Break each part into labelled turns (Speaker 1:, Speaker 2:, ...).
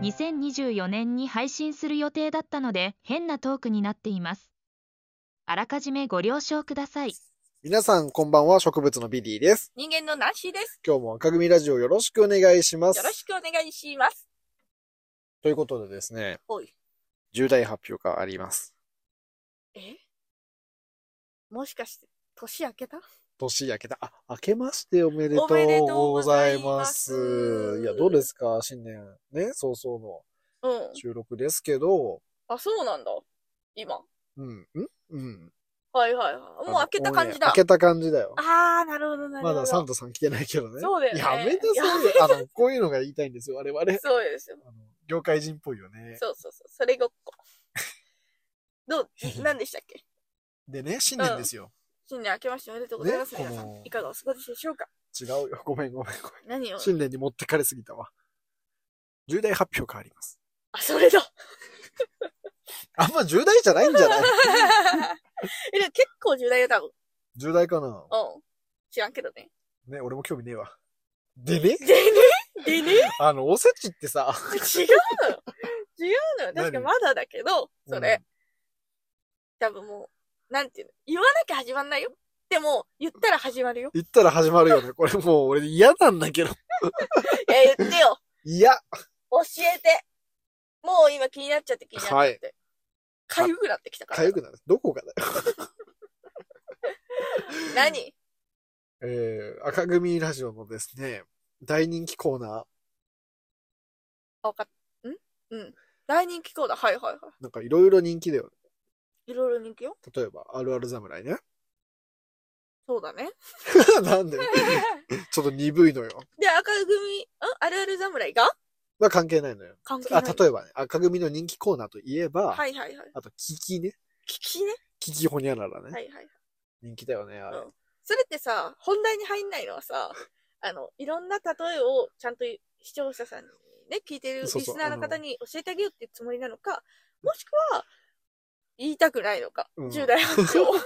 Speaker 1: 2024年に配信する予定だったので変なトークになっています。あらかじめご了承ください。
Speaker 2: 皆さん、こんばんは、植物のビディです。
Speaker 3: 人間のナンシーです。
Speaker 2: 今日も赤組ラジオよろしくお願いします。
Speaker 3: よろしくお願いします。
Speaker 2: ということでですね、
Speaker 3: おい。
Speaker 2: 重大発表があります。
Speaker 3: えもしかして、年明けた
Speaker 2: 年明けた、あ、明けましておめでと
Speaker 3: おめ
Speaker 2: う
Speaker 3: でとう
Speaker 2: ご
Speaker 3: ご
Speaker 2: ざ
Speaker 3: ざ
Speaker 2: い
Speaker 3: い
Speaker 2: ま
Speaker 3: ますす。
Speaker 2: いや、どうですか新年ね、早々の
Speaker 3: うん。
Speaker 2: 収録ですけど、
Speaker 3: あ、そうなんだ。今。
Speaker 2: うん、んうん。
Speaker 3: はいはいはい。もう明けた感じだ。
Speaker 2: あのオンエア明けた感じだよ。
Speaker 3: あー、なるほどなるほ
Speaker 2: ま
Speaker 3: ど。
Speaker 2: だサンタさん来てないけどね。
Speaker 3: そうだよね
Speaker 2: やめて、そう よ。あの、こういうのが言いたいんですよ、我々。あ
Speaker 3: そうですよ。
Speaker 2: の業界人っぽいよね。
Speaker 3: そうそうそう。それごっ こ。どう、何でしたっけ
Speaker 2: でね、新年ですよ。
Speaker 3: 新年明けましておめでとうございます。
Speaker 2: ね
Speaker 3: 皆さ
Speaker 2: この
Speaker 3: ん、いかがお過ごしでしょうか
Speaker 2: 違うよ。ごめん、ごめん、ごめん。
Speaker 3: 何を
Speaker 2: 新年に持ってかれすぎたわ。重大発表があります。
Speaker 3: あ、それだ
Speaker 2: あんま重大じゃないんじゃない
Speaker 3: え、でも結構重大よ、多分。
Speaker 2: 重大かな
Speaker 3: うん。知らんけどね。
Speaker 2: ね、俺も興味ねえわ。でね、
Speaker 3: でねでね
Speaker 2: あの、おせちってさ、
Speaker 3: 違うのよ。違うのよ。確か
Speaker 2: 何
Speaker 3: まだだけど、それ、
Speaker 2: うん。
Speaker 3: 多分もう、なんていうの、言わなきゃ始まんないよ。でも、言ったら始まるよ
Speaker 2: 言ったら始まるよね。これもう俺嫌なんだけど。
Speaker 3: え、言ってよ。
Speaker 2: いや、
Speaker 3: 教えて。もう今気になっちゃって気になっちゃって。かゆくなってきたから。
Speaker 2: かゆくなる。どこがだよ。
Speaker 3: 何
Speaker 2: えー、赤組ラジオのですね、大人気コーナー、
Speaker 3: あ、わかった。んうん。大人気コーナー。はいはいは
Speaker 2: なんかいろいろ人気だよね。
Speaker 3: い。いろいろ人気よ。
Speaker 2: 例えば、あるある侍ね。
Speaker 3: そうだね。
Speaker 2: なんで、ちょっと鈍いのよ。
Speaker 3: で、赤組、んあるある侍が
Speaker 2: まあ関係ないのよ。
Speaker 3: 関係な
Speaker 2: あ、
Speaker 3: い。
Speaker 2: 例えばね、赤組の人気コーナーといえば、
Speaker 3: はいはいはい。
Speaker 2: あと、キキね。
Speaker 3: 聞きね。
Speaker 2: キキホニャララね。
Speaker 3: はいはい。
Speaker 2: 人気だよね、あれ。
Speaker 3: うんそれってさ、本題に入んないのはさ、あの、いろんな例えをちゃんと視聴者さんにね、聞いてるリ
Speaker 2: そうそう
Speaker 3: スナーの
Speaker 2: あ
Speaker 3: 方
Speaker 2: の
Speaker 3: に教えてあげようっていうつもりなのか、もしくは、言いたくないのか、
Speaker 2: うん
Speaker 3: 重大発 表。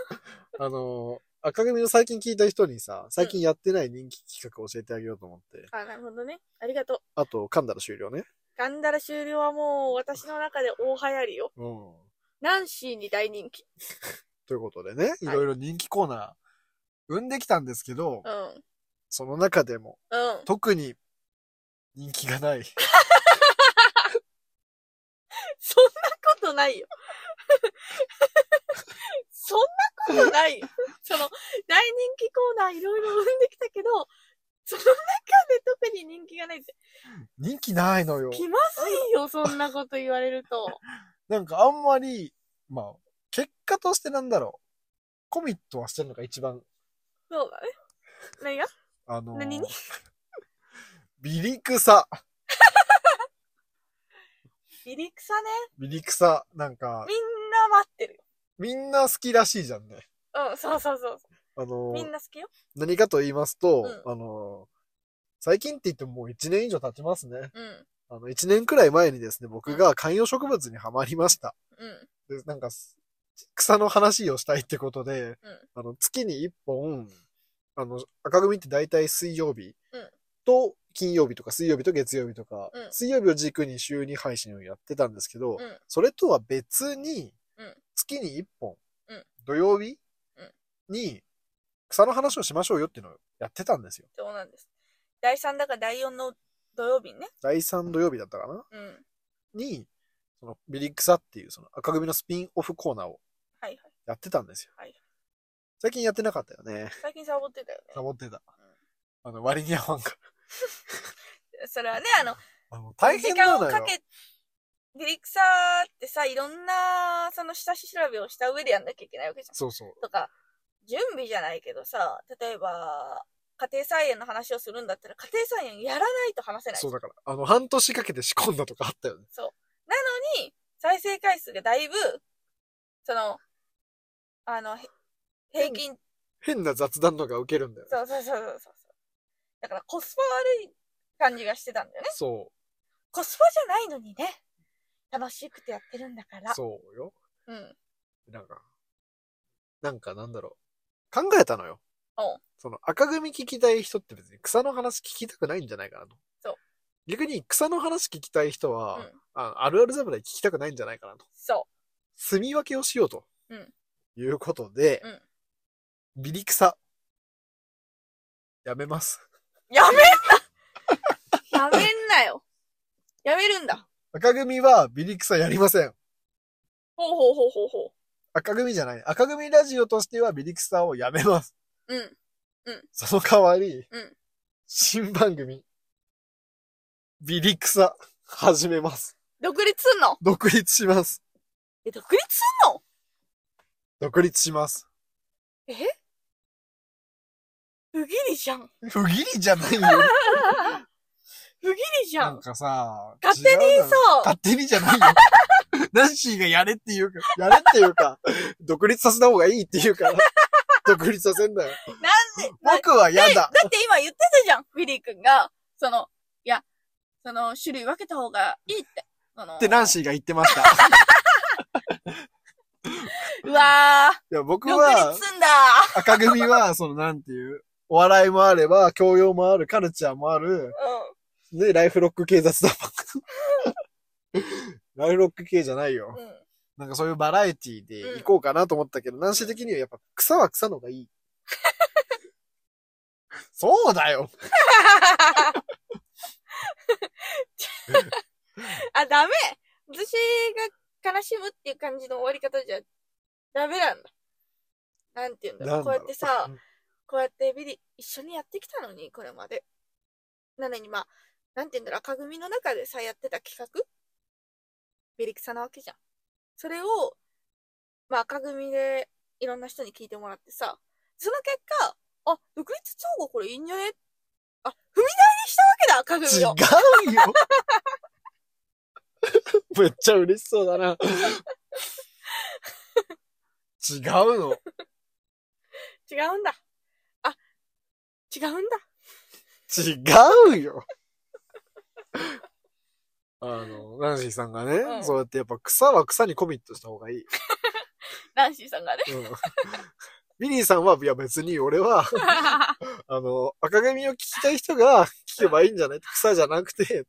Speaker 2: あのー赤組の最近聞いた人にさ、最近やってない人気企画教えてあげようと思って。
Speaker 3: あ、なるほどね。ありがとう。
Speaker 2: あと、噛んだら終了ね。
Speaker 3: ガンダラ終了はもう私の中で大流行りよ。
Speaker 2: うん。
Speaker 3: ナンシーに大人気。
Speaker 2: ということでね、いろいろ人気コーナー、生んできたんですけど、
Speaker 3: うん。うん。
Speaker 2: その中でも、特に人気が ない。
Speaker 3: そんなことないよ。そんなことないよ。その、大人気コーナーいろいろ生んできたけど、その中で特に人気がないって。
Speaker 2: 人気ないのよ。
Speaker 3: 気まずいよ、そんなこと言われると。
Speaker 2: なんかあんまり、まあ、結果としてなんだろう。コミットはしてるのが一番、
Speaker 3: そうだね。何が
Speaker 2: あのー
Speaker 3: 何に
Speaker 2: ビリクサ。
Speaker 3: 離陸さね。
Speaker 2: ビリクサ。なんか
Speaker 3: み、んな待ってる
Speaker 2: みんな好きらしいじゃんね。
Speaker 3: よ。うん、そうそうそうそ
Speaker 2: あのー
Speaker 3: う。みんな好きよ。
Speaker 2: 何かと言いますと、
Speaker 3: う
Speaker 2: あの、最近って言ってももう1年以上経ちますね。
Speaker 3: うん。
Speaker 2: あの、1年くらい前にですね、僕が観葉植物にはまりました。
Speaker 3: うん。
Speaker 2: で、なんかす、草の話をしたいってことで、
Speaker 3: うん
Speaker 2: あの、月に1本、あの、赤組って大体水曜日
Speaker 3: うん
Speaker 2: と金曜日とか水曜日と月曜日とか、
Speaker 3: うん
Speaker 2: 水曜日を軸に週2配信をやってたんですけど、
Speaker 3: うん
Speaker 2: それとは別に
Speaker 3: うん、
Speaker 2: 月に1本、
Speaker 3: うん
Speaker 2: 土曜日
Speaker 3: うん
Speaker 2: に草の話をしましょうよっていうのをやってたんですよ。
Speaker 3: そうなんです。第3だか第4の土曜日にね。
Speaker 2: 第3土曜日だったかな
Speaker 3: うん。
Speaker 2: に、そのビリクサっていうその赤組のスピンオフコーナーを
Speaker 3: はいはい。
Speaker 2: やってたんですよ。
Speaker 3: はい
Speaker 2: 最近やってなかったよ ね。
Speaker 3: 最近サボってたよね。
Speaker 2: サボってた。あの、割に合わんか
Speaker 3: それはね、あの、
Speaker 2: ら。あの大変
Speaker 3: 時
Speaker 2: な
Speaker 3: 間
Speaker 2: のよ。
Speaker 3: をかけ、ディレクサーってさ、いろんな、その下調べをした上でやんなきゃいけないわけじゃ。。
Speaker 2: そうそうん
Speaker 3: とか、準備じゃないけどさ、例えば、家庭菜園の話をするんだったら、家庭菜園やらないと話せない。
Speaker 2: そう
Speaker 3: な
Speaker 2: だから、あの、半年かけて仕込んだとかあったよね。
Speaker 3: のに、再生回数がだいぶ、その、あの、へ平均、
Speaker 2: 変な雑談とか受けるんだよね。
Speaker 3: そうそうそうそうそう。だからコスパ悪い感じがしてたんだよね。
Speaker 2: そ
Speaker 3: コスパじゃないのにね、楽しくてやってるんだから
Speaker 2: う。。そうよ。
Speaker 3: うん。
Speaker 2: なんか、なんかなんだろう。考えたのよ
Speaker 3: うん。
Speaker 2: その赤組聞きたい人って別に草の話聞きたくないんじゃないかなと。
Speaker 3: そう。
Speaker 2: 逆に草の話聞きたい人は、
Speaker 3: うん
Speaker 2: ああるある侍聞きたくないんじゃないかなと。
Speaker 3: そ
Speaker 2: 住み分けをしようと。
Speaker 3: うん
Speaker 2: いうことで
Speaker 3: う。、うん。
Speaker 2: ビリ草。やめます。
Speaker 3: やめんな やめんなよやめるんだ
Speaker 2: 赤組はビリ草やりません。
Speaker 3: ほうほうほうほうほ
Speaker 2: 赤組じゃない。赤組ラジオとしてはビリ草をやめます。
Speaker 3: う。うん。
Speaker 2: その代わり、
Speaker 3: うん
Speaker 2: 新番組、ビリ草、始めます。
Speaker 3: 独立すんの
Speaker 2: 独立します。
Speaker 3: え、独立すんの
Speaker 2: 独立します。
Speaker 3: 不義理じゃん。
Speaker 2: 不義理じゃないよ。
Speaker 3: 不義理じゃ
Speaker 2: なん
Speaker 3: ん。
Speaker 2: かさ、
Speaker 3: 勝手に
Speaker 2: 違うだろ
Speaker 3: そう。
Speaker 2: 勝手にじゃないよ。 ナンシーがやれっていうか、やれっていうか、独立させた方がいいっていうから、独立させんだよ。
Speaker 3: な
Speaker 2: 僕は嫌だ。
Speaker 3: だって今言ってたじゃん、ビリー君が。その、いや、その、種類分けた方がいいって。その
Speaker 2: ってナンシーが言ってました。いう
Speaker 3: わー、
Speaker 2: や、僕
Speaker 3: 独
Speaker 2: は
Speaker 3: 立、すんだ
Speaker 2: 赤組は、その、なんていう、お笑いもあれば、教養もある、カルチャーもある、ね、ライフロック警察だもん。 ライフロック系じゃないよ
Speaker 3: う。ん。うん。
Speaker 2: なんかそういうバラエティで行こうかなと思ったけど、ナンシー的にはやっぱ草は草の方がい い。そうだよ
Speaker 3: あ、ダメ私が悲しむっていう感じの終わり方じゃダメなんだ。なんて言うんだろう。こうやってさ、こうやってビリ、一緒にやってきたのに、これまで。なのに、まあ、なんて言うんだろう、赤組の中でさ、やってた企画ビリクサなわけじゃん。それを、まあ、赤組でいろんな人に聞いてもらってさ、その結果、あ、独立調合これいいんじゃねあ、踏み台にしたわけだ、赤組
Speaker 2: 違うよ
Speaker 3: を。
Speaker 2: めっちゃ嬉しそうだな。違うの。
Speaker 3: 違うんだ。あ、違うんだ。
Speaker 2: 違うよ。あの、ナンシーさんがね、
Speaker 3: うん
Speaker 2: そうやってやっぱ草は草にコミットした方がいい。
Speaker 3: ナンシーさんがね。
Speaker 2: うん、ミニーさんは、いや別に俺は、 あの、赤髪を聞きたい人が聞けばいいんじゃない草じゃなくて。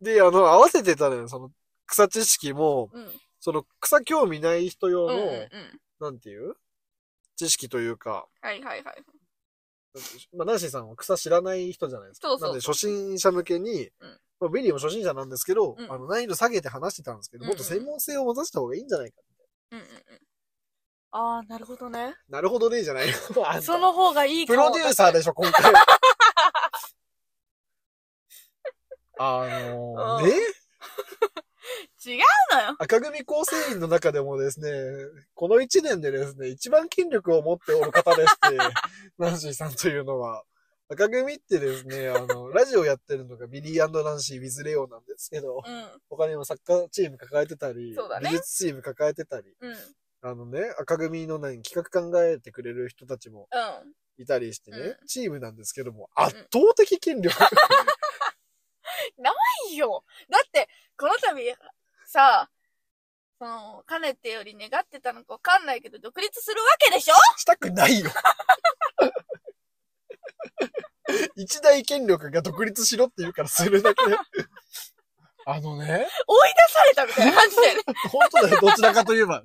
Speaker 2: で、あの、合わせてたのよ。その、草知識も、
Speaker 3: うん。うん。
Speaker 2: その、草興味ない人用
Speaker 3: うん。うん。
Speaker 2: の、
Speaker 3: うん。
Speaker 2: なんていう知識というか、
Speaker 3: はいはい
Speaker 2: な
Speaker 3: はい。
Speaker 2: んていうまあ、ナンシーさんは草知らない人じゃないですか。
Speaker 3: そうそう
Speaker 2: なので、初心者向けに、
Speaker 3: うん
Speaker 2: まあ、ビリーも初心者なんですけど、
Speaker 3: うん
Speaker 2: あの、難易度下げて話してたんですけど、
Speaker 3: うん
Speaker 2: も
Speaker 3: うん
Speaker 2: っと専門性を持たせた方がいいんじゃないか。
Speaker 3: うんうんうん。ああ、なるほどね。
Speaker 2: なるほどね、じゃないよ。あんた
Speaker 3: その方がいいか
Speaker 2: プ
Speaker 3: も。
Speaker 2: ロデューサーでしょ、今 回。あのー、
Speaker 3: うん
Speaker 2: ね
Speaker 3: 違うのよ。
Speaker 2: 赤組構成員の中でもですね、この一年でですね、一番筋力を持っておる方でして、 ナンシーさんというのは、赤組ってですね、あの、ラジオやってるのがビリーナンシー・ウィズ・レオなんですけど、
Speaker 3: う
Speaker 2: 他にもサッカーチーム抱えてたり、
Speaker 3: そうだね
Speaker 2: 美術チーム抱えてたり、
Speaker 3: ん。うん。うん。
Speaker 2: あのね、赤組の、ね、企画考えてくれる人たちもいたりしてね、
Speaker 3: う
Speaker 2: チームなんですけども、圧倒的筋 力。
Speaker 3: いいよ。だって、この度、さ、その、かねてより願ってたのかわかんないけど、独立するわけでしょ
Speaker 2: したくないよ。一大権力が独立しろって言うからするだけで。あのね、
Speaker 3: 追い出されたみたいな感 じだよね。
Speaker 2: 本当だよ、どちらかといえば。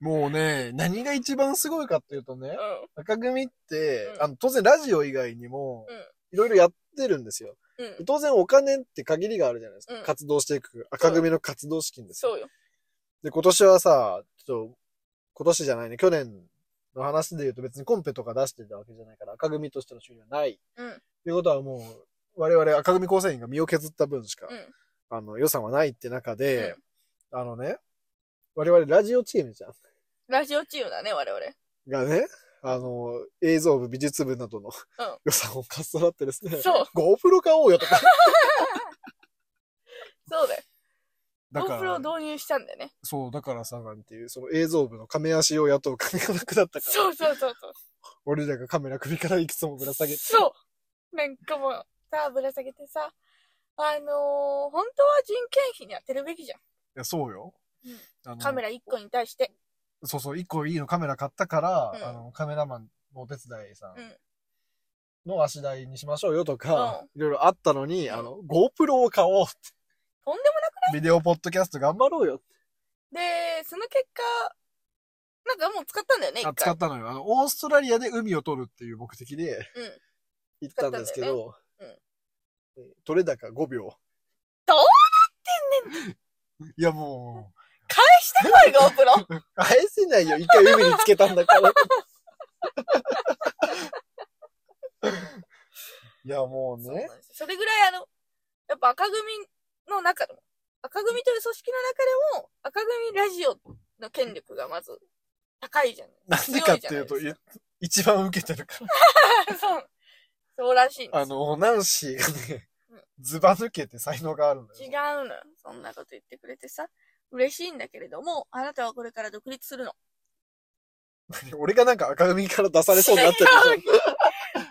Speaker 2: もうね、何が一番すごいかっていうとね、赤組って、
Speaker 3: うん
Speaker 2: あの、当然ラジオ以外にも
Speaker 3: うん、
Speaker 2: いろいろやってるんですよ。
Speaker 3: うん。うん。
Speaker 2: 当然お金って限りがあるじゃないですか。
Speaker 3: うん
Speaker 2: 活動していく、赤組の活動資金ですよ。
Speaker 3: そうよ。
Speaker 2: で、今年はさ、ちょっと、今年じゃないね、去年の話で言うと別にコンペとか出してたわけじゃないから、赤組としての収入はない。
Speaker 3: うん。
Speaker 2: ということはもう、我々赤組構成員が身を削った分しか、
Speaker 3: うん
Speaker 2: あの、予算はないって中で、あのね、我々ラジオチームじゃん。
Speaker 3: ラジオチームだね、我々。
Speaker 2: がね、あの、映像部、美術部などの、
Speaker 3: ん
Speaker 2: 予算をかっさらってですね、
Speaker 3: そう。
Speaker 2: GoPro 買おうよ とか。
Speaker 3: そうだよ。
Speaker 2: だか
Speaker 3: GoPro
Speaker 2: ら
Speaker 3: を、導入したんだよね。
Speaker 2: そう、だからさ、なんていう、その映像部の亀足を雇う金がなくなったから、
Speaker 3: そうそうそうそう。
Speaker 2: 俺らがカメラ首からいくつもぶら下げて、
Speaker 3: そう。なんかもう、さあ、ぶら下げてさ、あのー、本当は人件費に当てるべきじゃん。
Speaker 2: いや、そうよ。
Speaker 3: うん
Speaker 2: あの
Speaker 3: カメラ1個に対して。
Speaker 2: そうそう、一個いいのカメラ買ったから、
Speaker 3: うん
Speaker 2: あの、カメラマンのお手伝いさん
Speaker 3: うん
Speaker 2: の足台にしましょうよとか、
Speaker 3: う
Speaker 2: い
Speaker 3: ん
Speaker 2: ろいろあったのに、あの、GoPro を買おうって。
Speaker 3: とんでもな
Speaker 2: ビデオポッドキャスト頑張ろうよって。
Speaker 3: で、その結果、なんかもう使ったんだよね、一
Speaker 2: あ
Speaker 3: 回。
Speaker 2: 使ったのよ。あの、オーストラリアで海を撮るっていう目的で
Speaker 3: うん。
Speaker 2: 行ったんですけど、
Speaker 3: 使ったんだよ
Speaker 2: えー撮れ高5秒。
Speaker 3: どう
Speaker 2: いやもう、
Speaker 3: 返してこい、GoPro!
Speaker 2: 返せないよ。一回海につけたんだ から。いやもう
Speaker 3: そうなん
Speaker 2: ね。
Speaker 3: ですそれぐらいあの、やっぱ赤組の中でも、赤組という組織の中でも、赤組ラジオの権力がまず高いじゃな。
Speaker 2: ないんでかっていうと、
Speaker 3: 強じゃ
Speaker 2: い一番受けてるから。
Speaker 3: ないですか そう。そうらしいんです
Speaker 2: あの、ナンシーがね
Speaker 3: うん、
Speaker 2: ずば抜けて才能があるの
Speaker 3: 違
Speaker 2: よ。
Speaker 3: うのよ。そんなこと言ってくれてさ、嬉しいんだけれども、あなたはこれから独立するの。
Speaker 2: 俺がなんか赤組から出されそうになってる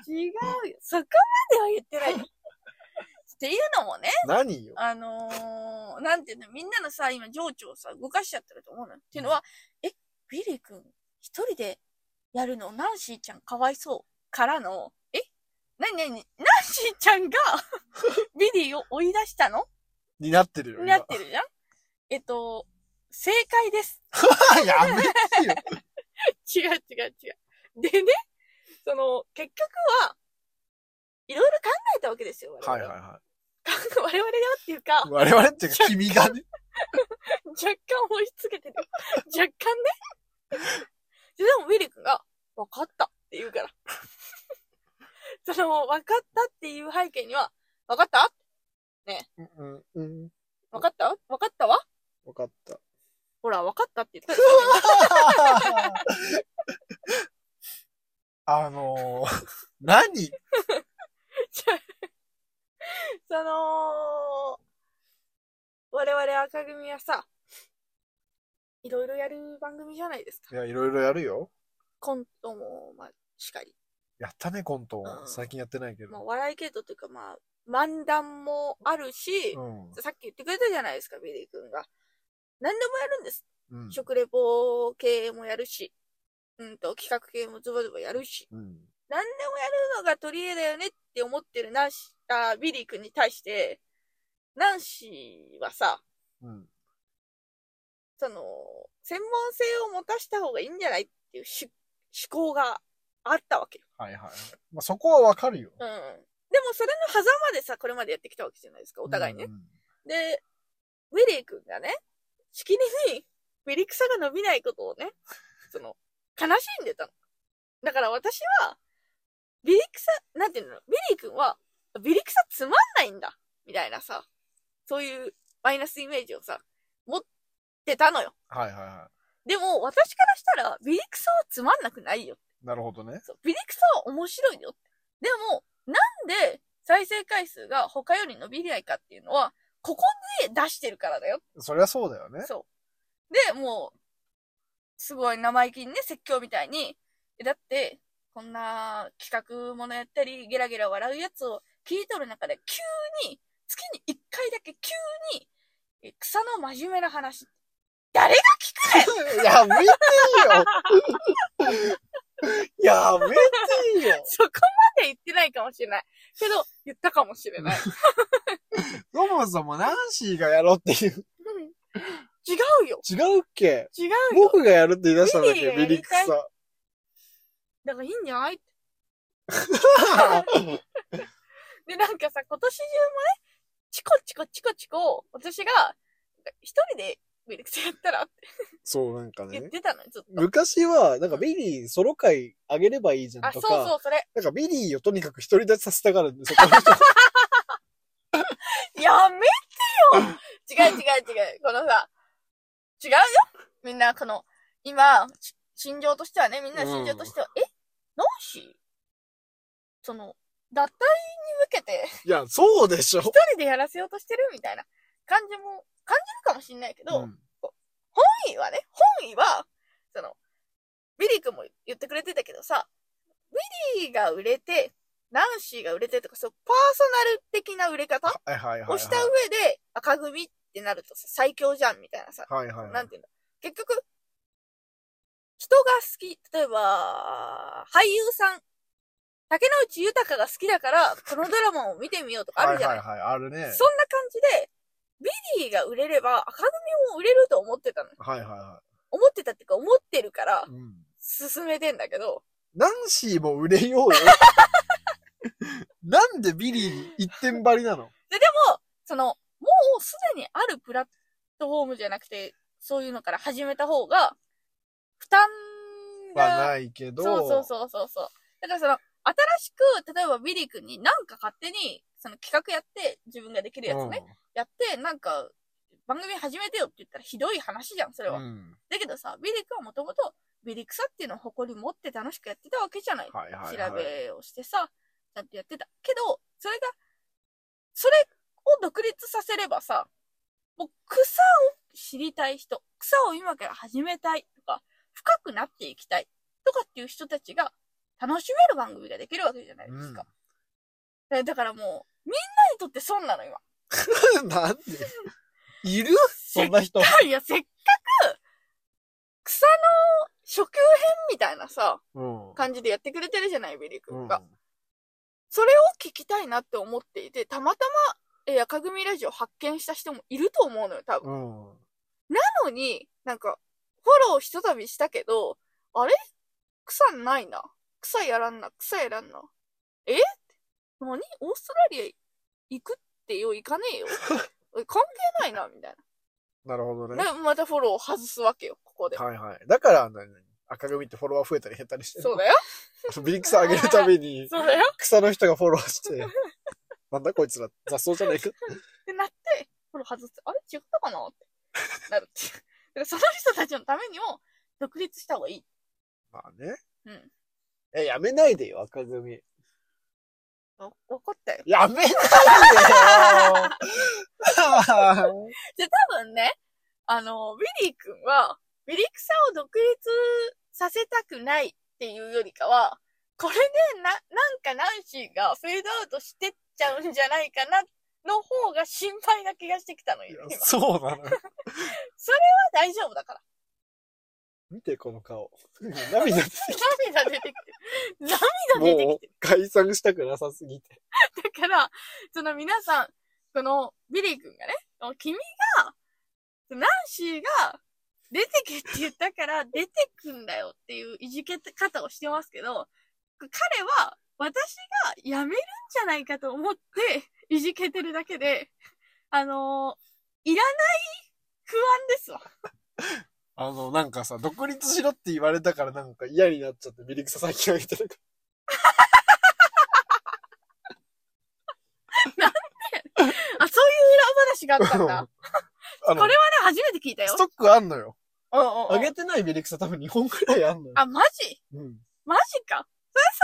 Speaker 2: じ
Speaker 3: 違うよ。そこまでは言っ てないよ。っていうのもね、
Speaker 2: ゃん。何よ。
Speaker 3: あのー、なんていうの、みんなのさ、今情緒をさ、動かしちゃってると思うのよ。っていうのは、え、ビリー君、一人でやるの、ナンシーちゃんかわいそう。からの、えなになにナンシーちゃん が、ビリーを追い出したの
Speaker 2: になってるよ。今
Speaker 3: なってるじゃんえっと、正解です。
Speaker 2: やめてよ。
Speaker 3: 違う違う違う。でね、その、結局は、いろいろ考えたわけですよ、我々。
Speaker 2: はいはいは
Speaker 3: 我々がっていうか
Speaker 2: い。、我々っていうか、君がね。
Speaker 3: 若干追いつけてる。若干ね。ででも、ウィリ君が、分かったって言うから。その、分かったっていう背景には、分かった
Speaker 2: うんうんうん。
Speaker 3: 分かった分かったわ
Speaker 2: わかった。
Speaker 3: ほら、分かったって言ったでし
Speaker 2: あのー、何
Speaker 3: ょその、我々赤組はさ、いろいろやる番組じゃないです
Speaker 2: い
Speaker 3: か。
Speaker 2: や、いろいろやるよ。
Speaker 3: コントも、まあ、しかり。
Speaker 2: やったね、コント
Speaker 3: う。ん
Speaker 2: 最近やってないけ
Speaker 3: まあ、
Speaker 2: ど。
Speaker 3: 笑い系統というか、まあ、漫談もあるし
Speaker 2: う、ん。
Speaker 3: さっき言ってくれたじゃないですか、ビリー君が。何でもやるんです。
Speaker 2: うん。
Speaker 3: 食レポ系もやるし、うんと、企画系もズバズバやるし、
Speaker 2: うん。
Speaker 3: 何でもやるのが取り柄だよねって思ってるナンシー、あビリー君に対して、ナンシーはさ、
Speaker 2: うん。
Speaker 3: その、専門性を持たした方がいいんじゃないっていうし思考があったわけよ。
Speaker 2: はいはい。まあ、そこはわかるよ。
Speaker 3: うん。でもそれの狭間でさ、これまでやってきたわけじゃないですか、お互いね。
Speaker 2: うん。
Speaker 3: で、ウィリー君がね、しきりに、ウィリクサが伸びないことをね、その、悲しんでたの。だから私は、ビリクサ、なんていうの、ビリー君は、ビリクサつまんないんだ、みたいなさ、そういうマイナスイメージをさ、持ってたのよ。
Speaker 2: はいはいは
Speaker 3: でも、私からしたら、ビリクサはつまんなくないよ。
Speaker 2: い。なるほどね。
Speaker 3: そうビリクサは面白いよ。でも、なんで再生回数が他より伸びないかっていうのは、ここで出してるからだよ。
Speaker 2: そりゃそうだよね。
Speaker 3: そう。で、もう、すごい生意気にね、説教みたいに、えだって、こんな企画ものやったり、ゲラゲラ笑うやつを聞いとる中で、急に、月に一回だけ急に、え草の真面目な話、誰が聞くねん
Speaker 2: やめてよ やめてよ
Speaker 3: そこまで言ってないかもしれない。けど、言ったかもしれない。
Speaker 2: そもそもナンシーがやろうっていう。
Speaker 3: うん違うよ
Speaker 2: 違うっけ
Speaker 3: 違うよ
Speaker 2: 僕がやるって言い出したんだっ
Speaker 3: ビリー
Speaker 2: け
Speaker 3: が
Speaker 2: ビ
Speaker 3: や
Speaker 2: リ
Speaker 3: り
Speaker 2: ク
Speaker 3: たい
Speaker 2: サ。
Speaker 3: だからいいんじゃない で、なんかさ、今年中もね、チコチコチコチコ、私が、一人でミルクテやったらって
Speaker 2: そう、なんか
Speaker 3: 言っ
Speaker 2: ね。
Speaker 3: てたのよ、ずっと。
Speaker 2: 昔は、なんかビリーソロ会あげればいいじゃ
Speaker 3: あ、
Speaker 2: ん
Speaker 3: そ
Speaker 2: と
Speaker 3: う
Speaker 2: か、
Speaker 3: そう、それ。
Speaker 2: なんかビリーをとにかく独り立ちさせたから、そこの 人
Speaker 3: やめてよ違う違う違う。このさ、違うよみんな、この、今、し心情としてはね、みんな心情としては、えナンシーその、脱退に向けて、
Speaker 2: いや、そうでしょ。
Speaker 3: 一人でやらせようとしてるみたいな感じも、感じるかもしんないけど、
Speaker 2: うん
Speaker 3: 本意はね、本意は、その、ビリー君も言ってくれてたけどさ、ビリーが売れて、ナンシーが売れてとか、そう、パーソナル的な売れ方
Speaker 2: はいはいはいはい。
Speaker 3: をした上で、赤組ってなるとさ、最強じゃんみたいなさ、
Speaker 2: はいはいは
Speaker 3: ないん。ていうの結局、人が好き、例えば、俳優さん、竹野内豊が好きだから、このドラマを見てみようとかあるじゃない,、
Speaker 2: はいはいはい、あるね。
Speaker 3: そんな感じで、ビリーが売れれば赤組も売れると思ってたの。
Speaker 2: はいはいは
Speaker 3: 思ってたっていうか思ってるから
Speaker 2: い。う、ん。
Speaker 3: 進めてんだけど、
Speaker 2: ナンシーも売れ ようよ。なんでビリー一点張りなの
Speaker 3: で、でも、その、もうすでにあるプラットフォームじゃなくて、そういうのから始めた方が、負担
Speaker 2: は
Speaker 3: が、
Speaker 2: ないけど。
Speaker 3: そうそうそうそうそう。だからその、新しく、例えばビリー君になんか勝手に、その企画やって、自分ができるやつね、やって、なんか、番組始めてよって言ったらひどい話じゃん、それ
Speaker 2: うん。
Speaker 3: は。
Speaker 2: うん
Speaker 3: だけどさ、ビリー君はもともと、ビリ草っていうのを誇り持って楽しくやってたわけじゃない。
Speaker 2: はいはい、はい。
Speaker 3: 調べをしてさ、ちゃんとやってた。けど、それが、それを独立させればさ、もう草を知りたい人、草を今から始めたいとか、深くなっていきたいとかっていう人たちが楽しめる番組ができるわけじゃないですか。えだからもう、みんなにとって損なの今。
Speaker 2: うん。 なんで いるそんな人。
Speaker 3: いや、せっかく、草の初級編みたいなさ、
Speaker 2: うん。
Speaker 3: 感じでやってくれてるじゃない、ビリー君が。
Speaker 2: うん
Speaker 3: それを聞きたいなって思っていて、たまたま、えー、赤組ラジオ発見した人もいると思うのよ、多分。
Speaker 2: うん。
Speaker 3: なのに、なんか、フォローひとたびしたけど、あれ草ないな。草やらんな。草やらんな。え何オーストラリア行くってよ、行かねえ よ。え関係ないな、みたい
Speaker 2: なるほどね。
Speaker 3: な。で、またフォローを外すわけよ、ここで。
Speaker 2: はいはい。だから、何々赤組ってフォロワー増えたり減ったりしてる
Speaker 3: そうだよ。
Speaker 2: ビリクサ上げるために、
Speaker 3: そうだよ。
Speaker 2: 草の人がフォローして、なんだこいつら雑草じゃないか。
Speaker 3: ってなって、これ外す。あれ違ったかなってなるっていう。 だからその人たちのためにも、独立した方がいい。
Speaker 2: まあね。
Speaker 3: うん。
Speaker 2: え、やめないでよ、赤組。
Speaker 3: わわかったよ。
Speaker 2: やめないでよ
Speaker 3: で、多分ね、あの、ビリー君は、ビリクサを独立させたくないっていうよりかは、これでな、なんかナンシーがフェードアウトしてっちゃうんじゃないかな、の方が心配な気がしてきたの
Speaker 2: い
Speaker 3: よ。
Speaker 2: や
Speaker 3: 今は
Speaker 2: そうなの。
Speaker 3: 大丈夫だ から。
Speaker 2: 見て、この 顔。涙出てき
Speaker 3: 涙出てきて る。涙
Speaker 2: た。
Speaker 3: 出てきて
Speaker 2: もう、
Speaker 3: る
Speaker 2: 解散したくなさすぎて。
Speaker 3: だから、その皆さん、このビリー君がね、君が、ナンシーが、出てけって言ったから、出てくんだよっていういじけ方をしてますけど、彼は私が辞めるんじゃないかと思っていじけてるだけで、あのーいらない不安ですわ。
Speaker 2: あの、なんかさ、独立しろって言われたからなんか嫌になっちゃって、ビリクサ先上げてるか
Speaker 3: あ、そういう裏話があったん
Speaker 2: ら
Speaker 3: だ。。
Speaker 2: あ
Speaker 3: こ
Speaker 2: の
Speaker 3: れはね、、初めて聞いたよ
Speaker 2: ス。トックあんのよ。
Speaker 3: うん うんうん
Speaker 2: 上げてないビリクサ多分2本くらいあんのよ。
Speaker 3: あ、マジ
Speaker 2: うん。
Speaker 3: マジか。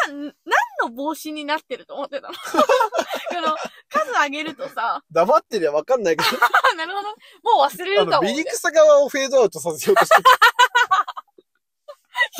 Speaker 3: それさ、ん何の帽子になってると思ってたの あの、数上げるとさ、
Speaker 2: 黙ってりゃわかんないけど、
Speaker 3: あなるほど。もう忘れ
Speaker 2: あ
Speaker 3: るか
Speaker 2: の、
Speaker 3: も。
Speaker 2: ビリクサ側をフェードアウトさせようとして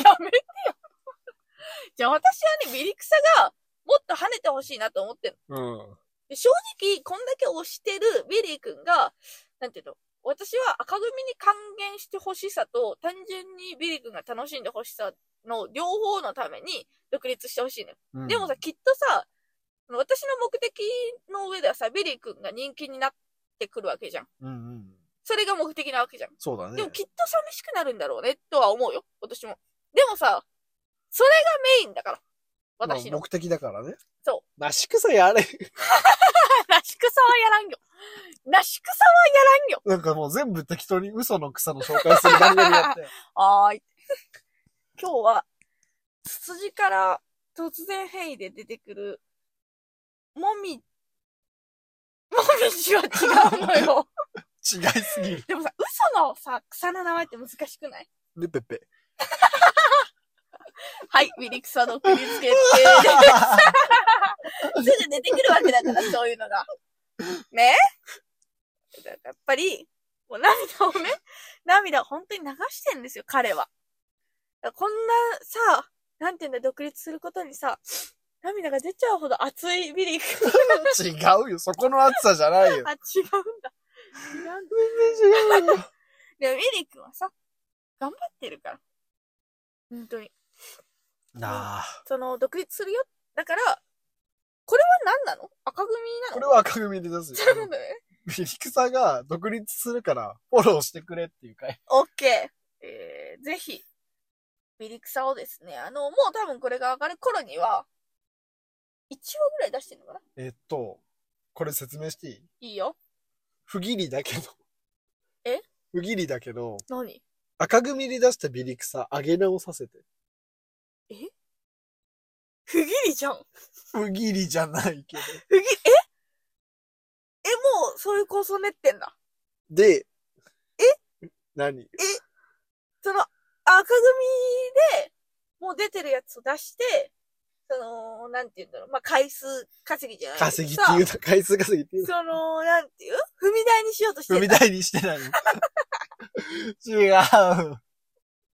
Speaker 3: やめてよ。 じゃあ私はね、ビリクサがもっと跳ねてほしいなと思ってる。
Speaker 2: うん。
Speaker 3: で正直、こんだけ推してるビリー君が、なんていうの私は赤組に還元してほしさと、単純にビリー君が楽しんでほしさの両方のために独立してほしいのよ
Speaker 2: うん
Speaker 3: でもさ、、きっとさ、私の目的の上ではさ、ビリー君が人気になってくるわけじゃん。
Speaker 2: うんうん。
Speaker 3: それが目的なわけじゃん。
Speaker 2: そうだね。
Speaker 3: でもきっと寂しくなるんだろうね、とは思うよ。私も。でもさ、それがメインだから。私
Speaker 2: ま
Speaker 3: の
Speaker 2: あ。目的だからね。。
Speaker 3: そう
Speaker 2: なし草やれ。
Speaker 3: なし草はやらんよ。なし草はやらんよ。
Speaker 2: なんかもう全部適当に嘘の草の紹介する番組や って。
Speaker 3: はーい。今日は、ツツジから突然変異で出てくる、もみ、 もみじは違うのよ。
Speaker 2: 違いすぎる。
Speaker 3: でもさ、嘘のさ、草の名前って難しくない
Speaker 2: で、ペッ ペ。
Speaker 3: はい、ミリクサの振り付けって、すぐ出てくるわけだから、そういうのが。ねだからやっぱり、もう涙をね、涙を本当に流してんですよ、彼は。だからこんなさ、なんていうんだ、独立することにさ、涙が出ちゃうほど熱いビリー君。
Speaker 2: 違うよ。そこの暑さじゃないよ。
Speaker 3: あ、違うんだ。違うんだ
Speaker 2: 全然違うよ。
Speaker 3: でも、ミリー君はさ、頑張ってるから。本当に。
Speaker 2: なあ。
Speaker 3: その、独立するよ。だから、これは何なの赤組な
Speaker 2: こ
Speaker 3: の
Speaker 2: れは赤組で出すよ。
Speaker 3: そうなんだね。
Speaker 2: ミキサが独立するからフォローしてくれっていう回。
Speaker 3: オッケー。えー、ぜひ、ビリクサをですね、あの、もう多分これが上がる頃には、1話ぐらい出してるのかな
Speaker 2: えっと、これ説明していい
Speaker 3: いいよ。
Speaker 2: 不義理だけど。
Speaker 3: え
Speaker 2: 不義理だけど、
Speaker 3: 何
Speaker 2: 赤組に出したビリクサ、上げ直させて。
Speaker 3: 不義理じゃん。
Speaker 2: 不義理じゃないけど。
Speaker 3: 不義理、ええ、もう、そういう構想練ってんだ。
Speaker 2: で、え何
Speaker 3: その、赤組で、もう出てるやつを出して、その、なんて言うんだろう。まあ、回数稼ぎじゃないけどさ
Speaker 2: 稼ぎっていうな、回数稼ぎっていうな。
Speaker 3: その、なんていう踏み台にしようとして
Speaker 2: 踏
Speaker 3: る
Speaker 2: み
Speaker 3: んだ。
Speaker 2: 台にしてないの。違う。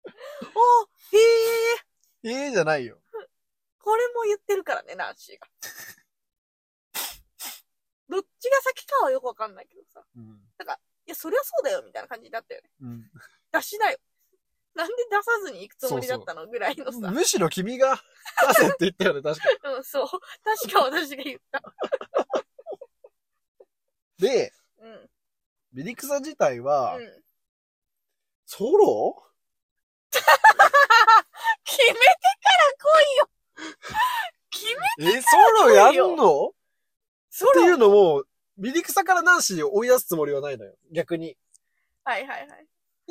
Speaker 3: おーへえ、
Speaker 2: ええじゃないよ。
Speaker 3: これも言ってるからね、ナンシーが。 どっちが先かはよくわかんないけどさ。
Speaker 2: うん。
Speaker 3: いや、そりゃそうだよ、みたいな感じだったよね。
Speaker 2: うん
Speaker 3: 出しなよ。なんで出さずに行くつもりだったのぐらいのさ。う
Speaker 2: むしろ君が出せって言ったよね、確かに。
Speaker 3: ん、そう。確か私が言った。
Speaker 2: で、
Speaker 3: うん。うん。
Speaker 2: ビリクサ自体は、ソロ
Speaker 3: 決めてから来いよ決め、
Speaker 2: え、ソロやんのっ
Speaker 3: そ
Speaker 2: てい
Speaker 3: ら
Speaker 2: うのも、ビリクサからナンシーを追い出すつもりはないのよ。逆に。
Speaker 3: はいはいはい。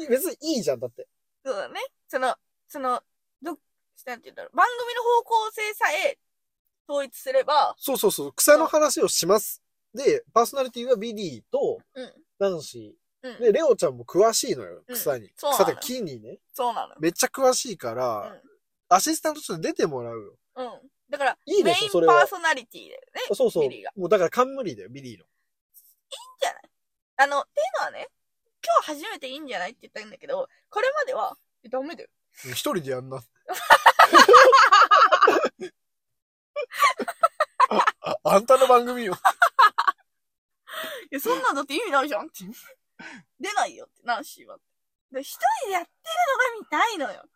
Speaker 2: 別にいいじゃん、だって。
Speaker 3: そうだね。その、その、ど、なんて言うんだろう。番組の方向性さえ統一すれば、
Speaker 2: そうそうそう、草の話をします。で、パーソナリティはビリーと
Speaker 3: うん、
Speaker 2: ナンシ
Speaker 3: うん
Speaker 2: ー。。で、レオちゃんも詳しいのよ、
Speaker 3: うん
Speaker 2: 草に。
Speaker 3: そうな
Speaker 2: 草
Speaker 3: の
Speaker 2: って木にね。
Speaker 3: そうなのよ。
Speaker 2: めっちゃ詳しいから、
Speaker 3: うん
Speaker 2: アシスタントとして出てもらうよ。
Speaker 3: うん。だから、
Speaker 2: いいで
Speaker 3: メイ
Speaker 2: しょ
Speaker 3: ン
Speaker 2: それは
Speaker 3: パーソナリティだよね。いいん
Speaker 2: そうそう
Speaker 3: ビリーが。
Speaker 2: もうだから冠だよ、ビリーの。
Speaker 3: じゃないあの、っていうのはね、今日初めていいんじゃないって言ったんだけど、これまでは、えダメだよ。
Speaker 2: 一人でやん な。ああんたの番組よ。
Speaker 3: いや、そんなんだって意味ないじゃんって。 出ないよって、ナンシーは。で一人でやってるのが見たいのよ。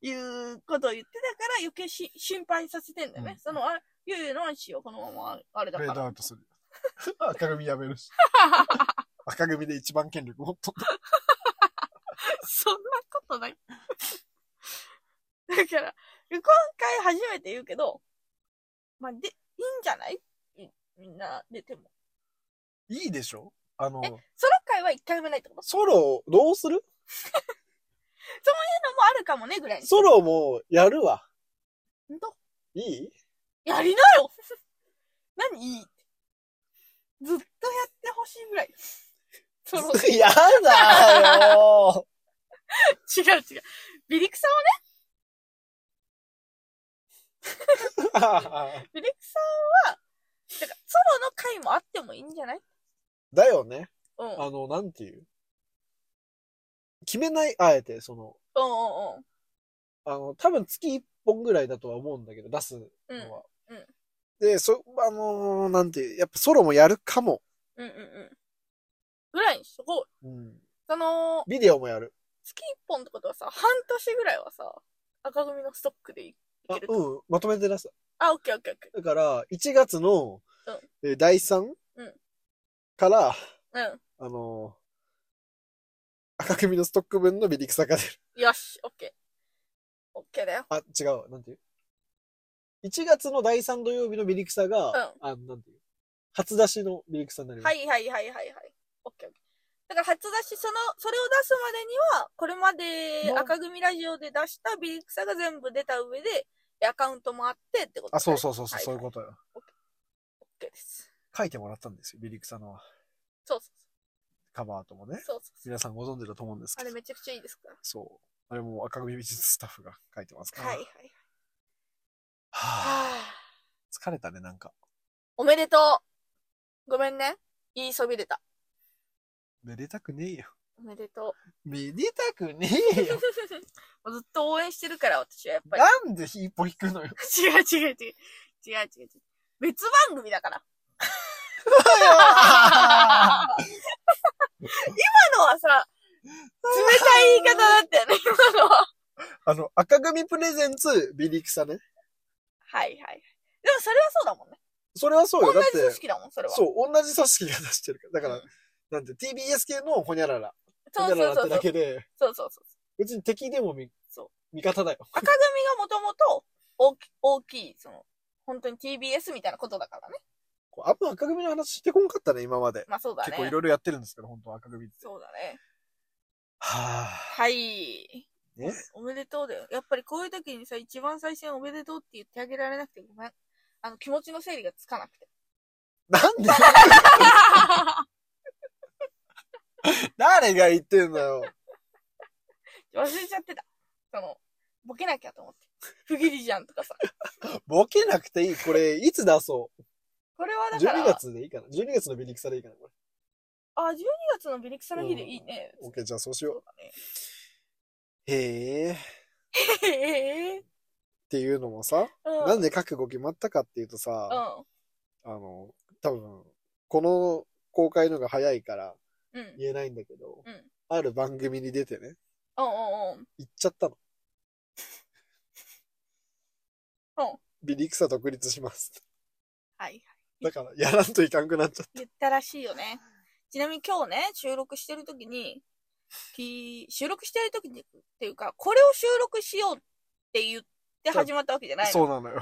Speaker 3: いうことを言ってたから余計し心配させてんだよね。
Speaker 2: うん
Speaker 3: その、あれ、いやいや、ナンシーはこのままあれあれだ
Speaker 2: フ
Speaker 3: か
Speaker 2: ェードア
Speaker 3: ら
Speaker 2: ウ。トする。 赤組やめる し。赤組で一番権力持っとった。
Speaker 3: そんなことない。 だから、今回初めて言うけど、まあ、で、いいんじゃないいみんな出ても。
Speaker 2: いいでしょあの、
Speaker 3: ソロ会は一回もないってこと
Speaker 2: ソロ、どうする
Speaker 3: そういうのもあるかもね、ぐらいに。
Speaker 2: ソロもやるわ。
Speaker 3: ほんと
Speaker 2: いい
Speaker 3: やりなよ 何いいってずっとやってほしいぐらい。 ソロ違う
Speaker 2: やだよ
Speaker 3: 違う。ビリクサは
Speaker 2: ー
Speaker 3: ビリクサは、だからソロの回もあってもいいんじゃない
Speaker 2: だよね。
Speaker 3: うん。うんうん
Speaker 2: あの、なんていう決めない、あえて、その、
Speaker 3: うん。
Speaker 2: あの、多分月1本ぐらいだとは思うんだけど、出すのは。
Speaker 3: うんうん
Speaker 2: で、そ、あのーなんていう、やっぱソロもやるかも。
Speaker 3: うんうんうん。ぐらいにしとこう。
Speaker 2: うん。
Speaker 3: その、
Speaker 2: ビデオもやる。
Speaker 3: 月一本ってことはさ、半年ぐらいはさ、赤組のストックでいい
Speaker 2: あ
Speaker 3: けると。
Speaker 2: うん、まとめて出す。
Speaker 3: あ、オッケーオッケーオッケ
Speaker 2: だから、1月の、えー第3、
Speaker 3: うん
Speaker 2: から、
Speaker 3: ー。う
Speaker 2: あのー赤組のストック分のビリクサが出る。
Speaker 3: ん。よし、オッケー。オッケーだよ。
Speaker 2: あ、違うわ、なんていう ?1 月の第3土曜日のビリクサが、あ、なんていう初出しのビリクサになります。
Speaker 3: はいはいはいはいはい。オッケーオッケー。だから初出し、その、それを出すまでには、これまで
Speaker 2: もう
Speaker 3: 赤組ラジオで出したビリクサが全部出た上で、アカウントもあってってこと、
Speaker 2: あ、そうそうそうそう、
Speaker 3: はい
Speaker 2: そういうことよ。
Speaker 3: う。オッケーです。
Speaker 2: 書いてもらったんですよ、ビリクサの
Speaker 3: そうそ
Speaker 2: カバーともね
Speaker 3: う。そう。そうそう
Speaker 2: 皆さんご存知だと思うんです
Speaker 3: あ
Speaker 2: け
Speaker 3: れ
Speaker 2: ど。
Speaker 3: めちゃくちゃいいですから。
Speaker 2: そう。あれも赤組美術スタッフが書いてますから。
Speaker 3: はいはい。
Speaker 2: はあ、
Speaker 3: はあ、
Speaker 2: 疲れたね、なんか。
Speaker 3: おめでとう。ごめんね。言いそびれた。
Speaker 2: めでたくねえよ。
Speaker 3: おめでと
Speaker 2: めでたくねえ
Speaker 3: う。
Speaker 2: よ。
Speaker 3: もうずっと応援してるから、私はやっぱり。
Speaker 2: なんで一歩引くのよ。
Speaker 3: 違う違う違う。違う違う違う。別番組だから。今のはさ、冷たい言い方だったよね、 今のは。
Speaker 2: あの、赤組プレゼンツ、ビリクサね。
Speaker 3: はいはい。でもそれはそうだもんね。
Speaker 2: それはそう
Speaker 3: 同
Speaker 2: よ。だっ
Speaker 3: じ組
Speaker 2: て、
Speaker 3: 織だもん、それは。
Speaker 2: そう、同じ組織が出してるから。だから
Speaker 3: う、
Speaker 2: なんて、TBS 系のホニャララ。ホ
Speaker 3: そう
Speaker 2: ニャラ
Speaker 3: そう
Speaker 2: ラってだ
Speaker 3: そうそう。
Speaker 2: けで、
Speaker 3: そうそうそう。
Speaker 2: 別に敵でも味
Speaker 3: そ
Speaker 2: 味方だよ。
Speaker 3: 赤組がもともと大き大きい、その、本当に TBS みたいなことだからね。
Speaker 2: こうあんま赤組の話してこんかったね、今まで。
Speaker 3: まあそうだね。
Speaker 2: 結構いろいろやってるんですけど、本当赤組って。
Speaker 3: そうだね。
Speaker 2: はぁ。
Speaker 3: はい。
Speaker 2: ね
Speaker 3: おめでとうだよ。やっぱりこういう時にさ、一番最初におめでとうって言ってあげられなくてごめん。あの、気持ちの整理がつかなくて。
Speaker 2: なん で誰が言ってんだよ。
Speaker 3: 忘れちゃってた。その、ボケなきゃと思って。不義理じゃんとかさ。
Speaker 2: ボケなくていい。これ、いつ出そ
Speaker 3: これは
Speaker 2: う。
Speaker 3: だから、
Speaker 2: 12月でいいかな。12月のビリクサでいいかな。 こ
Speaker 3: あ、12月のビリクサの日でいいね。
Speaker 2: れ OK、じゃあそうし
Speaker 3: そ
Speaker 2: よ
Speaker 3: うだね。
Speaker 2: う。へえ。っ
Speaker 3: へえ。
Speaker 2: ていうのもさ、
Speaker 3: うん。
Speaker 2: なんで覚悟決まったかっていうと
Speaker 3: う
Speaker 2: さ、あの、多分、この公開のが早いから
Speaker 3: ん。うん。
Speaker 2: 言えないんだけど、
Speaker 3: うん
Speaker 2: ある番組に出てね、
Speaker 3: うんうんうん。
Speaker 2: 行っちゃったの。
Speaker 3: うん
Speaker 2: ビリクサ独立します。
Speaker 3: はい。
Speaker 2: だから、やらんといかんくなっちゃっ
Speaker 3: 言ったらしいよね。ちなみに今日ね、収録してる時に、き収録してる時にっていうか、これを収録しようって言って始まったわけじゃ
Speaker 2: た。
Speaker 3: ないの。
Speaker 2: そうなの よ。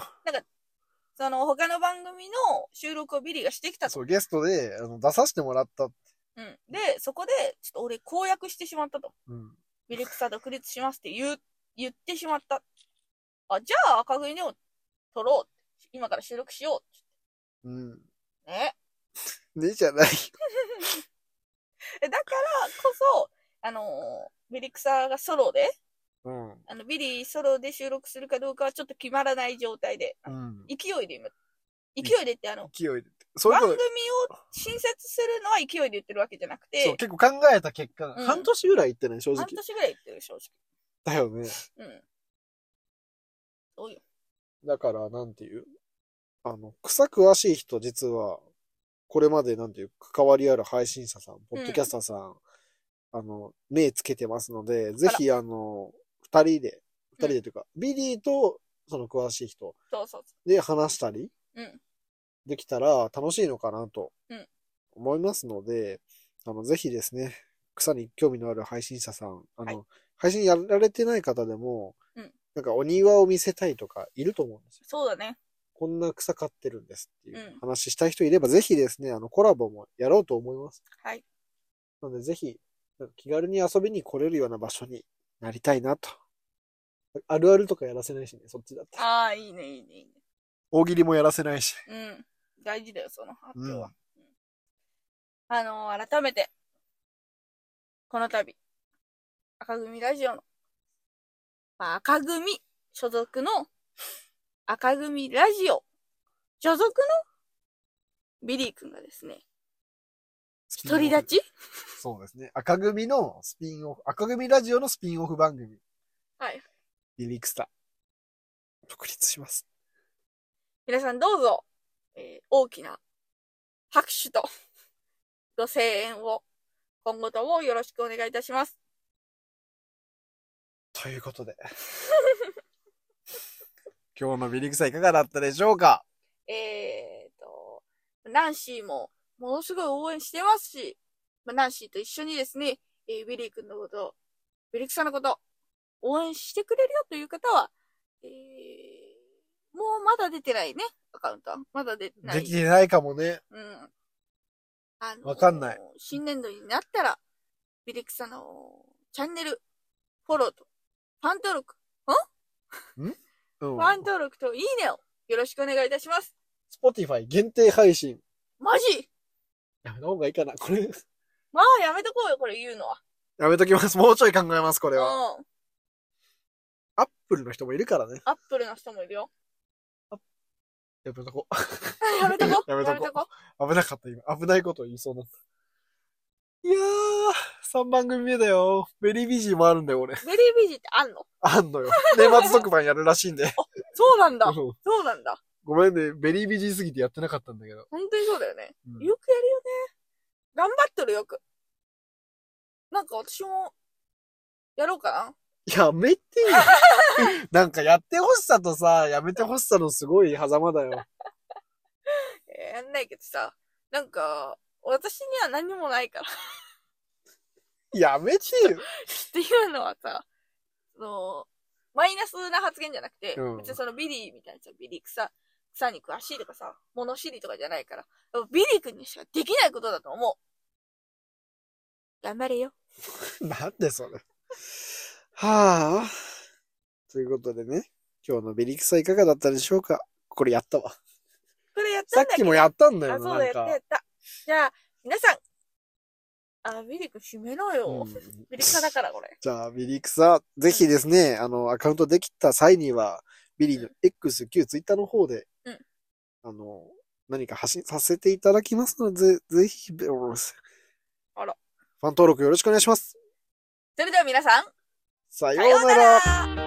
Speaker 3: その他の番組の収録をビリーがしてきたと。
Speaker 2: そう、ゲストであの出させてもらった。
Speaker 3: うん。で、そこで、ちょっと俺公約してしまったと。
Speaker 2: うん。
Speaker 3: ビリクサ独立しますって言う、言ってしまった。あ、じゃあ赤組でも撮ろう。今から収録しよ
Speaker 2: うん。
Speaker 3: う。ね。
Speaker 2: ねじゃない。
Speaker 3: えだからこそ、あのービリクサがソロで、
Speaker 2: うん。
Speaker 3: あの、ビリーソロで収録するかどうかはちょっと決まらない状態で、
Speaker 2: うん。
Speaker 3: 勢いで今、勢いでってあの、
Speaker 2: 勢いで。そういう
Speaker 3: 番
Speaker 2: こ
Speaker 3: 組を
Speaker 2: と、
Speaker 3: 新設するのは勢いで言ってるわけじゃなく
Speaker 2: そう、
Speaker 3: て、
Speaker 2: 結構考えた結果、
Speaker 3: うん
Speaker 2: 半年ぐらい行ってない、正直
Speaker 3: 半。年ぐらい言ってる、正
Speaker 2: だよね。
Speaker 3: 直。うん。そうよ。
Speaker 2: だから、なんていう。あの、草詳しい人、実は、これまで、なんていう、関わりある配信者さん、ポッドキャスターさん、あの、目つけてますので、ぜひ、あの、二人で、二人でというか、ビリーと、その詳しい人
Speaker 3: そうそう
Speaker 2: で話したり、
Speaker 3: そう。うん。
Speaker 2: できたら楽しいのかなと
Speaker 3: うん
Speaker 2: 思いますので、あの、ぜひですね、草に興味のある配信者さん、あの、
Speaker 3: はい
Speaker 2: 配信やられてない方でも、
Speaker 3: うん
Speaker 2: なんかお庭を見せたいとかいると思うんですよ。
Speaker 3: そうだね。
Speaker 2: こんな草飼ってるんですっていう
Speaker 3: うん
Speaker 2: 話したい人いれば、ぜひですね、あの、コラボもやろうと思います。
Speaker 3: はい。
Speaker 2: なので、ぜひ、なんか気軽に遊びに来れるような場所になりたいなと。あるあるとかやらせないしね、そっちだったら。
Speaker 3: ああ、いいね、いいね、いい
Speaker 2: 大喜利もやらせないし。
Speaker 3: ね。うん。大事だよ、その発
Speaker 2: う
Speaker 3: 表
Speaker 2: ん
Speaker 3: は。あのー改めて、この度、赤組ラジオの、まあ、赤組所属の、赤組ラジオ所属の、ビリー君がですね、独り立ち
Speaker 2: そうですね。赤組のスピンオフ、赤組ラジオのスピンオフ番組、
Speaker 3: はい。
Speaker 2: リリクスタ、独立します。
Speaker 3: 皆さんどうぞ、えー大きな拍手とご声援を今後ともよろしくお願いいたします。
Speaker 2: ということで。 今日のビリクサいかがだったでしょうか
Speaker 3: えーと、ナンシーもものすごい応援してますし、まあナンシーと一緒にですね、えー、ビリー君のこと、ビリークさんのこと、応援してくれるよという方は、えー、もうまだ出てないね、アカウントは。まだ出てない。
Speaker 2: できてないかもね。
Speaker 3: うん。あの
Speaker 2: わかんない。
Speaker 3: 新年度になったら、ビリクサのチャンネル、フォローと、ファン登録、
Speaker 2: うん
Speaker 3: ファン登録といいねをよろしくお願いいたします。
Speaker 2: スポティファイ限定配信。
Speaker 3: マジ
Speaker 2: やめた方がいいかなこれ。
Speaker 3: まあやめとこうよ、これ言うのは。
Speaker 2: やめときます。もうちょい考えます、これは。
Speaker 3: うん。
Speaker 2: アップルの人もいるからね。
Speaker 3: アップルの人もいるよ。
Speaker 2: やめとこ。
Speaker 3: やめとこう。
Speaker 2: やめとこう危なかった、今。危ないことを言いそうになった。いやー、3番組目だよ。ベリービジーもあるんだよ、俺。
Speaker 3: ベリービジーってあんの
Speaker 2: あんのよ。年末特番やるらしいんで。
Speaker 3: そうなんだ。
Speaker 2: うん
Speaker 3: そうなんだ。
Speaker 2: ごめんね、ベリービジーすぎてやってなかったんだけど。
Speaker 3: 本当にそうだよね。
Speaker 2: うん
Speaker 3: よくやるよね。頑張ってるよく。なんか私も、やろうかな。
Speaker 2: やめてよ。 なんかやってほしさとさ、やめてほしさのすごい狭間だよ。
Speaker 3: えーやんないけどさ、なんか、私には何もないから。
Speaker 2: やめてよ。
Speaker 3: っていうのはさ、その、マイナスな発言じゃなくて、
Speaker 2: うん
Speaker 3: 別にそのビリーみたいなさ、ビリー草、草に詳しいとかさ、物知りとかじゃないから、ビリー君にしかできないことだと思う。頑張れよ。
Speaker 2: なんでそれ。はあ。ということでね、今日のビリクサいかがだったでしょうかこれやったわ。
Speaker 3: これやっ
Speaker 2: さ
Speaker 3: た
Speaker 2: っ
Speaker 3: んだけ
Speaker 2: き
Speaker 3: ど
Speaker 2: もやったんだよ
Speaker 3: あ、
Speaker 2: な
Speaker 3: そうだ、
Speaker 2: なん
Speaker 3: やった
Speaker 2: か
Speaker 3: や。った。じゃあ、皆さん。あ、ビリ君閉めろよ。
Speaker 2: うん
Speaker 3: ビリ草だから、これ。
Speaker 2: じゃあ、ビリクサ、ぜひですね、あの、アカウントできた際には、ビリーの X、旧ツイッターの方で、
Speaker 3: うん
Speaker 2: あの、何か発信させていただきますので、ぜぜひ、べおろす
Speaker 3: あら
Speaker 2: ファン登録よろしくお願いします。
Speaker 3: それでは皆さん、
Speaker 2: さ
Speaker 3: さ
Speaker 2: よ
Speaker 3: よう
Speaker 2: うな
Speaker 3: な
Speaker 2: ら。
Speaker 3: ら。